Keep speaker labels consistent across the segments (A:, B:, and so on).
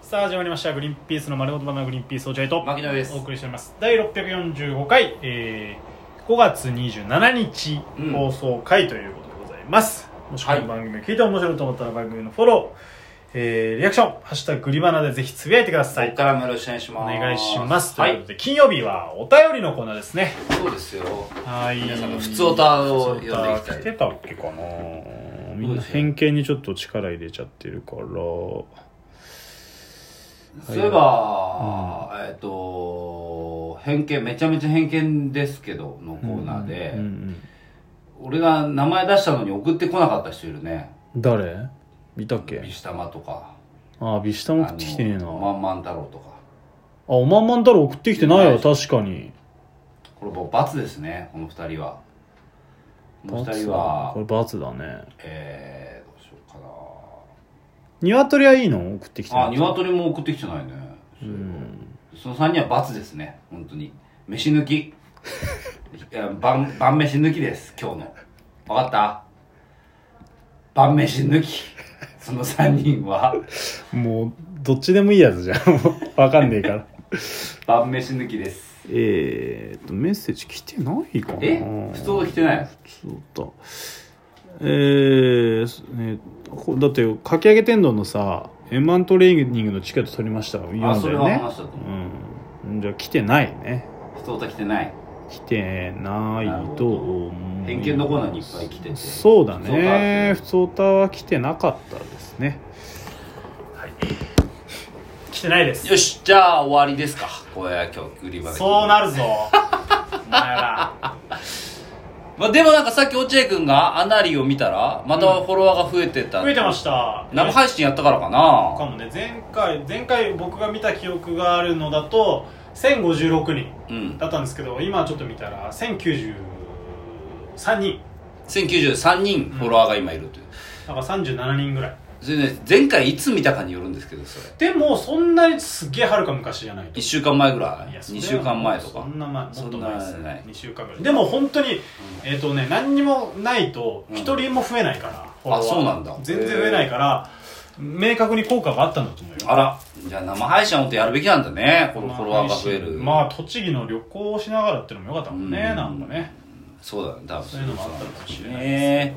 A: さあ始まりました「グリーンピースの丸ごとバナナグリーンピースお茶いと」
B: 牧野です
A: お送りしております第645回、えー、5月27日
B: うん
A: 放送回ということでございます、もしこ
B: はい
A: の番組を聞いて面白いと思ったら番組のフォロー、えー、リアクション「ハッシュタググリバナ」でぜひつぶやいてくださ
B: ここ
A: い
B: からもよろしくお願いし
A: お
B: ます。
A: 願いします、
B: は
A: というこ
B: い。
A: とで金曜日はお便りのコーナーですね
B: そうですよ。
A: はい
B: 皆さんの普通オタを呼んでいきたい
A: 普通オタ来てたっけかなみんな偏見にちょっと力入れちゃってるから
B: そういえば、えっと、偏見、めちゃめちゃ偏見ですけど、のコーナーで、
A: うんうん
B: 俺が名前出したのに送ってこなかった人いるね。
A: 誰いたっ
B: ビ
A: け
B: シタマとか。
A: ああビシタも送ってきてねえな
B: あ
A: あ
B: のマンマン太郎とか。
A: おまんまん太郎送ってきてないよ確かに
B: これもう罰ですね、この二人は。この二人は
A: こ、れ罰だね
B: えー、どうしようか
A: 鶏はいいの送ってきて
B: な。あ、
A: ない
B: 鶏も送ってきてないね。そういえばその3人は罰ですね、本当に。飯抜き。いや晩、晩飯抜きです、今日の。わかった晩飯抜き。その3人は、
A: もうどっちでもいいやつじゃん もうわかんねえから
B: 晩飯抜きで す。
A: えーっとメッセージ来てないかな
B: え普通の来てないの
A: そうだえーすね、こだってかき揚げ天丼のさ M1 トレーニングのチケット取りました読んだよ
B: あ、
A: ね
B: それは話したと思う。
A: うんじゃあ来てないね
B: 普通と来てない。
A: 来てないと思う
B: 偏見のコーナーにいっぱい来てて
A: そうだね
B: 普
A: 普通歌は来てなかったですねはい来てないです
B: よし、じゃあ終わりですか。これは今日、売り場で。
A: そうな るぞお前ら
B: まあ、でもなんかさっき落合君がアナリーを見たら、またフォロワーが増えてた。
A: 増えてました
B: 生配信やったからか
A: か
B: な。
A: もね前回前回僕が見た記憶があるのだと1056人
B: うん。
A: だったんですけど今ちょっと見たら1093人
B: 1093人フォロワーが今いるという。
A: だから37人ぐらい
B: それね、前回いつ見たかによるんですけど、それ。
A: でもそんなにすっげえはるか昔じゃないと
B: 1週間前ぐらい
A: いやそれ
B: ?2
A: は
B: 週間前とか
A: そ。んな前もっと前です
B: そんなな
A: ね
B: い
A: 2週間ぐらいでも本当に、えっ、とね何にもないと
B: うん
A: 一人も増えないから、フォロワー
B: そうなんだ
A: 全然増えないから明確に効果があったんだと思うよ
B: あら、じゃあ生配信は本当やるべきなんだね。このフォロワーが増える。
A: まあ栃木の旅行をしながらっていうのもよかったもんね、
B: うん
A: なんかね
B: そうだね、多分
A: そういうのもあったかもしれない
B: ね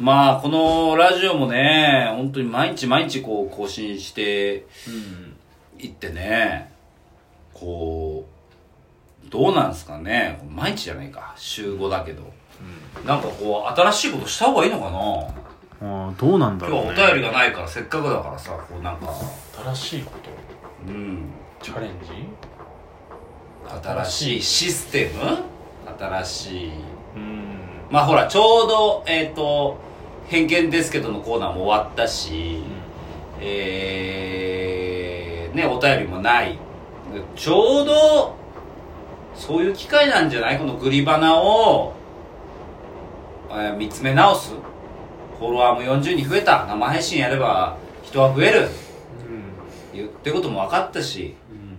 B: まあ、このラジオもね、本当に毎日毎日こう更新していってね、こう、どうなんすかね。毎日じゃないか。週5だけど。なんかこう、新しいことした方がいいのかな
A: ああどうなんだ
B: 今日はお便りがないからせっかくだからさこうなんか
A: 新しいこと
B: うん
A: チャレンジ
B: 新しいシステム新しい
A: うん
B: まあほらちょうどえっ、と偏見ですけどのコーナーも終わったし、えー、ねお便りもないちょうどそういう機会なんじゃないこのグリバナを、えー見つめ直すフォロワーも40人増えた生配信やれば人は増える言ってことも分かったし
A: うん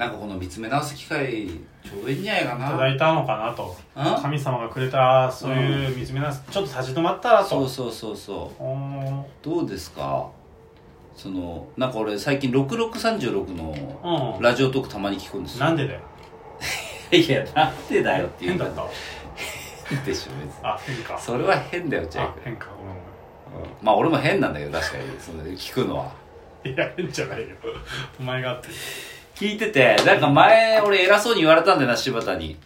B: なんかこの見つめ直す機会ちょうどいいんじゃないか
A: いただ
B: ない
A: たのかなと
B: うん
A: 神様がくれたそういう見つめなすちょっと立ち止まったらと
B: そうそうそうそう
A: おー
B: どうですかそのなんか俺最近6636の
A: うん
B: ラジオトークたまに聞くんですよ
A: なんでだよ
B: いやなんでだよって言う
A: 変だ
B: んだ
A: った
B: でしょ別に
A: あ変か
B: それは変だよチェ
A: あ
B: イク
A: 変かごめん
B: まあ俺も変なんだけど確かにその聞くのは
A: ごめんいや変じゃないよお前があって
B: 聞いててなんか前俺偉そうに言われたんだよな柴田に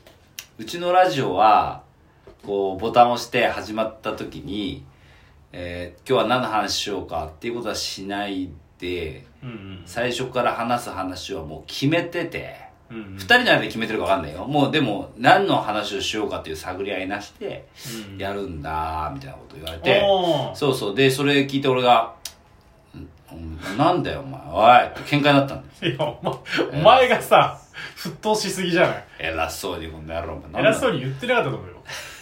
B: うちのラジオはこうボタンを押して始まった時に、えー今日は何の話しようかっていうことはしないで
A: うんうん
B: 最初から話す話はもう決めてて
A: うんうん
B: 2人の間で決めてるか分かんないよもうでも何の話をしようかっていう探り合いなしで
A: うん
B: やるんだみたいなこと言われて
A: おー
B: そうそうでそれ聞いて俺が「んなんだよお前おい」って喧嘩になったんだよ
A: いやお前お前がさ沸騰しすぎじゃない
B: 偉そうにこんな野郎お前なんだ
A: 偉そうに言ってなかったと思うよ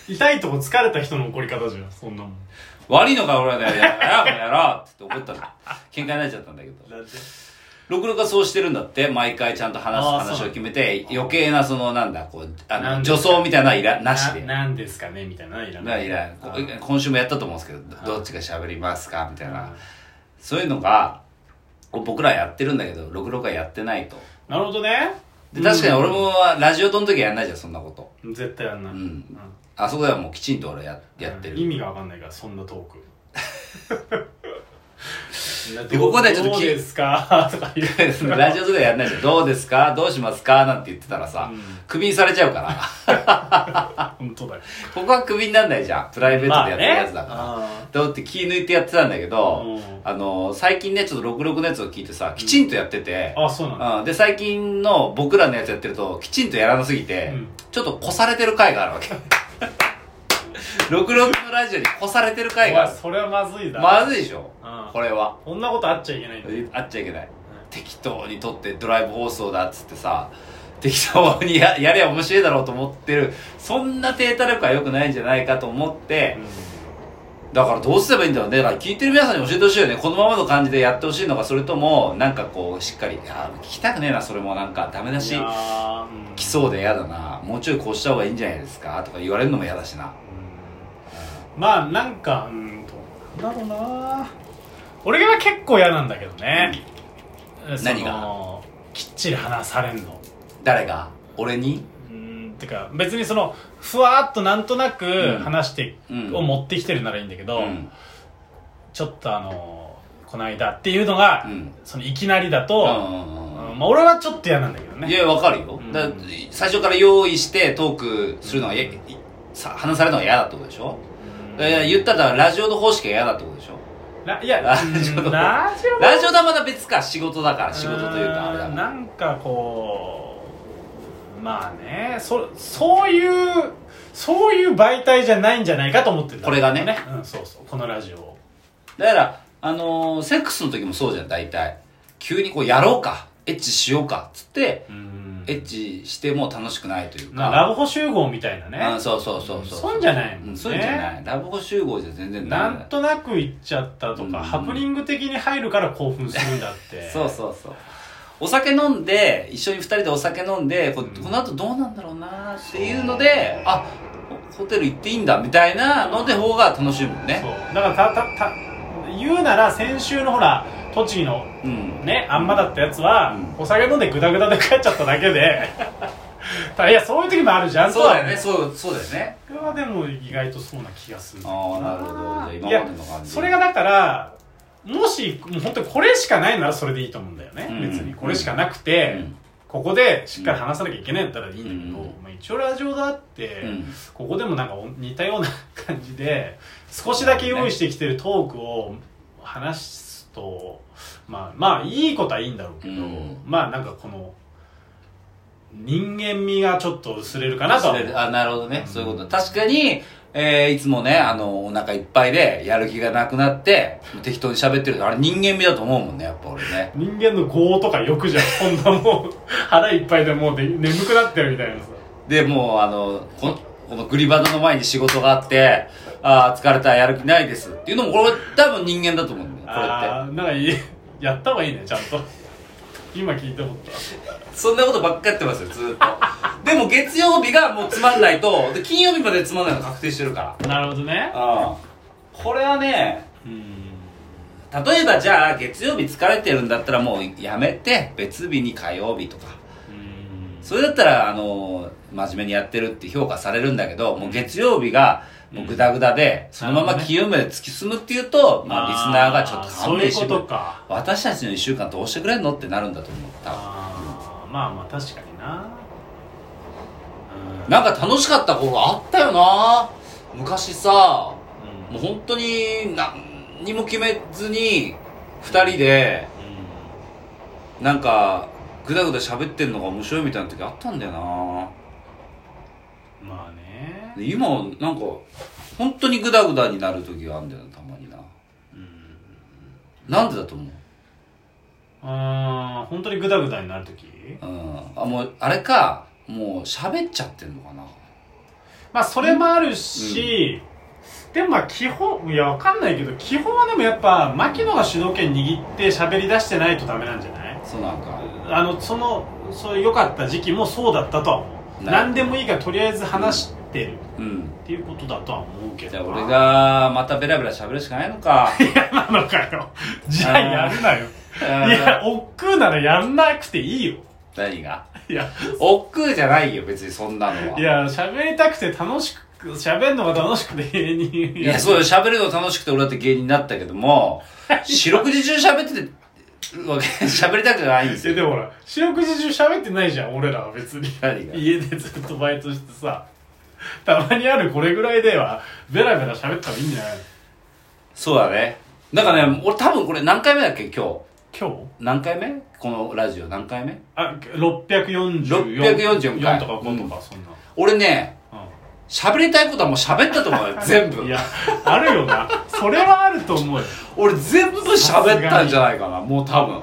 A: 痛いとこ疲れた人の怒り方じゃんそんなもん
B: 悪いのか俺はね、やろうやろうって怒ったの。喧嘩になっちゃったんだけど。ろくろくはそうしてるんだって、毎回ちゃんと話す
A: あー
B: 話
A: そう
B: を決めて、余計なその、なんだ、こう、あ
A: な
B: の、
A: んで
B: 女装みたいなのはいら、なしで。な
A: なんですかねみたいなのいらない
B: いらんこ
A: あー
B: 今週もやったと思うんですけど、どどっちが喋りますかみたいな
A: あ。
B: そういうのが、僕らやってるんだけど66はやってないと
A: なるほどね
B: で確かに俺もラジオとの時はやんないじゃんそんなこと
A: 絶対やんない、
B: うん
A: うん
B: あそこではもうきちんと俺ややってる
A: 意味が分かんないからそんなト ーク
B: でここでちょっと
A: どう
B: き
A: です かとか言う
B: ラジオとかやんないじゃんどうですかどうしますかなんて言ってたらさ、
A: うん
B: クビにされちゃうから
A: 本当だよ
B: ここはクビになんないじゃんプライベートでやってるやつだから、
A: まあね
B: だって気抜いてやってたんだけど、
A: うん
B: あの最近ねちょっと66のやつを聞いてさきちんとやってて、
A: あそうなんだ
B: うんで最近の僕らのやつやってるときちんとやらなすぎて、
A: うん
B: ちょっと越されてる回があるわけ 66のラジオに越されてる回があ
A: おいそれはまずい
B: る
A: だ
B: まずいでしょ
A: うん
B: これは
A: こんなことあっちゃいけないんだよ
B: あっちゃいけない適当に撮ってドライブ放送だっつってさ適当にややれば面白いだろうと思ってるそんな低た力は良くないんじゃないかと思って、だからどうすればいいんだろうねだから聞いてる皆さんに教えてほしいよねこのままの感じでやってほしいのかそれともなんかこうしっかりいや聞きたくねえなそれもなんかダメだし
A: いやーうん
B: 来そうで嫌だなもうちょいこうした方がいいんじゃないですかとか言われるのも嫌だしな
A: うんまあなんかうんどうなんだろうな俺が結構嫌なんだけどね、その
B: 何が
A: きっちり話されんの
B: 誰が俺に
A: うんてか別にそのふわーっとなんとなく
B: ん
A: 話して、
B: うん
A: を持ってきてるならいいんだけ
B: う
A: ど、
B: ん
A: ちょっとあのこの間っていうのが、
B: うん
A: そのいきなりだ
B: う
A: と、
B: んうんうん
A: うんまあ、俺はちょっと嫌なんだけどね
B: いやわかるよ、
A: うん
B: だ最初から用意してトークするのがや、いさ話されるのが嫌だってことでしょ、
A: うん
B: いや言ったらラジオの方式が嫌だってことでしょ
A: ないや
B: ラ
A: ラ
B: ジ
A: ジ
B: オ
A: オ
B: の
A: ラジオ
B: ラジオとはまた別か仕事だから仕事というかあれだ
A: う
B: も
A: ん
B: ん
A: なんかこうまあねそそういうそういう媒体じゃないんじゃないかと思ってた
B: これがね
A: うん、そうそうこのラジオ
B: だから、あのーセックスの時もそうじゃん、大体。急にこう、やろうか、エッチしようか、つって、
A: うん
B: エッチしても楽しくないという
A: まあラ
B: か。
A: ブホ集合みたいな
B: あ
A: ね
B: そうそうそうそう。
A: そんじゃないもんね
B: うそうじゃない。ラブホ集合じゃ全然ダ
A: な
B: メだ
A: んとなく行っちゃったとか、
B: うん
A: ハプニング的に入るから興奮するんだって
B: そうそうそう。お酒飲んで、一緒に二人でお酒飲んで、ここの後どうなんだろうなっていうので、あ、ホテル行っていいんだみたいなので方が楽しいもんね
A: そ。うだからたたた言うなら先週のほら栃木の
B: うん。
A: ねあんまだったやつは、
B: う
A: お酒飲んでグダグダで帰っちゃっただけで ただいやそういう時もあるじゃん
B: そうだよね、
A: と
B: そう、そうだよね。
A: これはでも意外とそうな気がするんだ
B: ああ、なるほど。じ
A: いや
B: ゃあ今までの感じ。
A: それがだからもしもう本当にこれしかないならそれでいいと思うんだよね、
B: うん
A: 別にこれしかなくて、
B: うん
A: ここでしっかり話さなきゃいけないんだったらいいんだけど、
B: うん
A: まあ、一応ラジオだって、
B: うん
A: ここでもなんかお似たような感じで少しだけ用意してきてるトークを話すと、まあまあいいことはいいんだろうけど、
B: うん
A: まあなんかこの人間味がちょっと薄れるかなとは思う
B: あなるほどね、
A: うん
B: そういうこと確かに、えー、いつもねあのお腹いっぱいでやる気がなくなって適当に喋ってるあれ人間味だと思うもんねやっぱ俺ね
A: 人間の業とか欲じゃんそんなもう腹いっぱいでもうで眠くなってるみたいなさ
B: でもうあのこのこのグリバナの前に仕事があってあー疲れたやる気ないですっていうのもこれ多分人間だと思うんだよこれっ
A: あーなんかいいやった方がいいねちゃんと今聞いて思った
B: てそんなことばっかやってますよずーっと でも月曜日がもうつまんないとで金曜日までつまんないの確定してるから
A: なるほどね
B: あこれはね
A: うん
B: 例えばじゃあ月曜日疲れてるんだったらもうやめて別日に火曜日とか
A: うん
B: それだったらあの真面目にやってるって評価されるんだけどもう月曜日がもうグダグダでそのまま金曜日まで突き進むっていうと、まあ、リスナーがちょっと
A: そ
B: 勘
A: う
B: 弁
A: いう
B: し
A: こ
B: てく
A: と
B: る
A: か
B: 私たちの1週間どうしてくれんのってなるんだと思った
A: あーまあまあ確かになうん
B: なんか楽しかった頃あったよな昔さ
A: うん
B: もう本当に何にも決めずに2人でなんかぐだぐだ喋ってんのが面白いみたいな時あったんだよな
A: うんまあね
B: で今はなんか本当にぐだぐだになる時があるんだよなたまにな
A: うん
B: なんでだと思う
A: あー本当にグダグダになる時
B: うんあもうあれかもう喋っちゃってんのかな
A: まあそれもあるし、でもまあ基本いやわかんないけど基本はでもやっぱ牧野が主導権握って喋り出してないとダメなんじゃない
B: そうなんか
A: あのそのそういう良かった時期もそうだったとは思う
B: な
A: 何でもいいからとりあえず話してる
B: うん
A: っていうことだとは思うけど
B: じゃ あ俺がまたベラベラ喋るしかないのか
A: なのかよ。じゃあやるなよ。いや、億劫ならやんなくていいよ。
B: 何が
A: いや、
B: 億劫じゃないよ、別にそんなのは。
A: いや、喋りたくて楽しく、喋るのが楽しくて芸人。
B: いや、そうよ、喋るの楽しくて俺だって芸人になったけども、四六時中喋ってて、わけ喋りたくないんです
A: え、
B: よ。
A: でもほら、四六時中喋ってないじゃん、俺らは別に。
B: 何が
A: 家でずっとバイトしてさ。たまにあるこれぐらいでは、ベラベラ喋った方がいいんじゃないの
B: そうだね。なんかね、俺多分これ何回目だっけ、今日。
A: 今日
B: 何回目このラジオ何回目
A: あ、644
B: 644回
A: とか5とか、そん
B: 俺ね、
A: な。
B: 喋りたいことはもう喋ったと思 うよ、全部
A: うん。い。や、あるよな。それはあると思うよ。
B: 俺全部喋ったんじゃないかな、もう多分。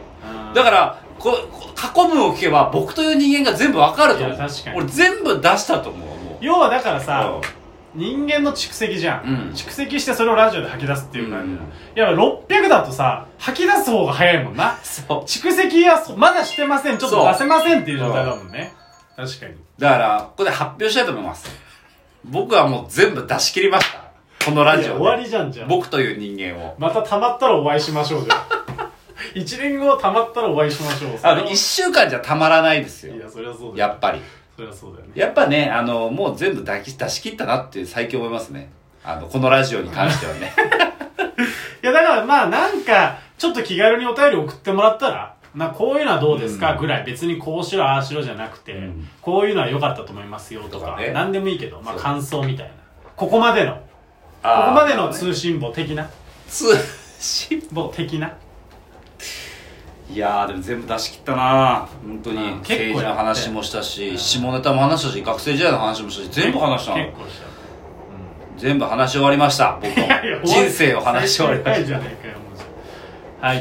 A: ら、
B: だから、ここ過去文を聞けば僕という人間が全部わかると思う。
A: いや確かに
B: 俺全部出したと思う、もう。
A: 要はだからさ、
B: うん
A: 人間の蓄積じゃん、
B: うん
A: 蓄積してそれをラジオで吐き出すっていう感じ、
B: うん
A: いや600だとさ吐き出す方が早いもんな
B: そう。
A: 蓄積はそまだしてませんちょっと
B: そう
A: 出せませんっていう状態だもんね確かに
B: だから、ここで発表したいと思います。僕はもう全部出し切りました。このラジ
A: い
B: オ
A: や
B: で。
A: 終わりじゃんじゃん
B: 僕という人間を。
A: また溜まったらお会いしましょう じゃん一年後溜まったらお会いしましょう
B: あの、一週間じゃたまらないです
A: い
B: よ。
A: やそりゃそうだよ
B: やっぱり。
A: そりゃそうだよね
B: やっぱね、あの、もう全部出し出し切ったなって最近思いますね。あの、このラジオに関しては ね。
A: いやだからまあなんかちょっと気軽にお便り送ってもらったらまあこういうのはどうですか
B: うん
A: ぐらい、別にこうしろああしろじゃなくて、
B: うん
A: こういうのは良かったと思いますよと
B: と
A: か
B: かね
A: 何でもいいけどまあ
B: そう
A: 感想みたいなここまでのこ
B: ここ
A: こまでの通信簿的な
B: 通信。
A: 簿的ない
B: やーでも全部出し切ったな本当に
A: うん
B: 政治の話もした
A: う
B: し
A: ん
B: 下ネタも話したし学生時代の話もしたし全部話した
A: 結
B: の
A: 構した
B: 全部話し終わりました僕も
A: いやいや
B: 人生を話し終わりま
A: 最
B: し
A: 終回じゃねえかよも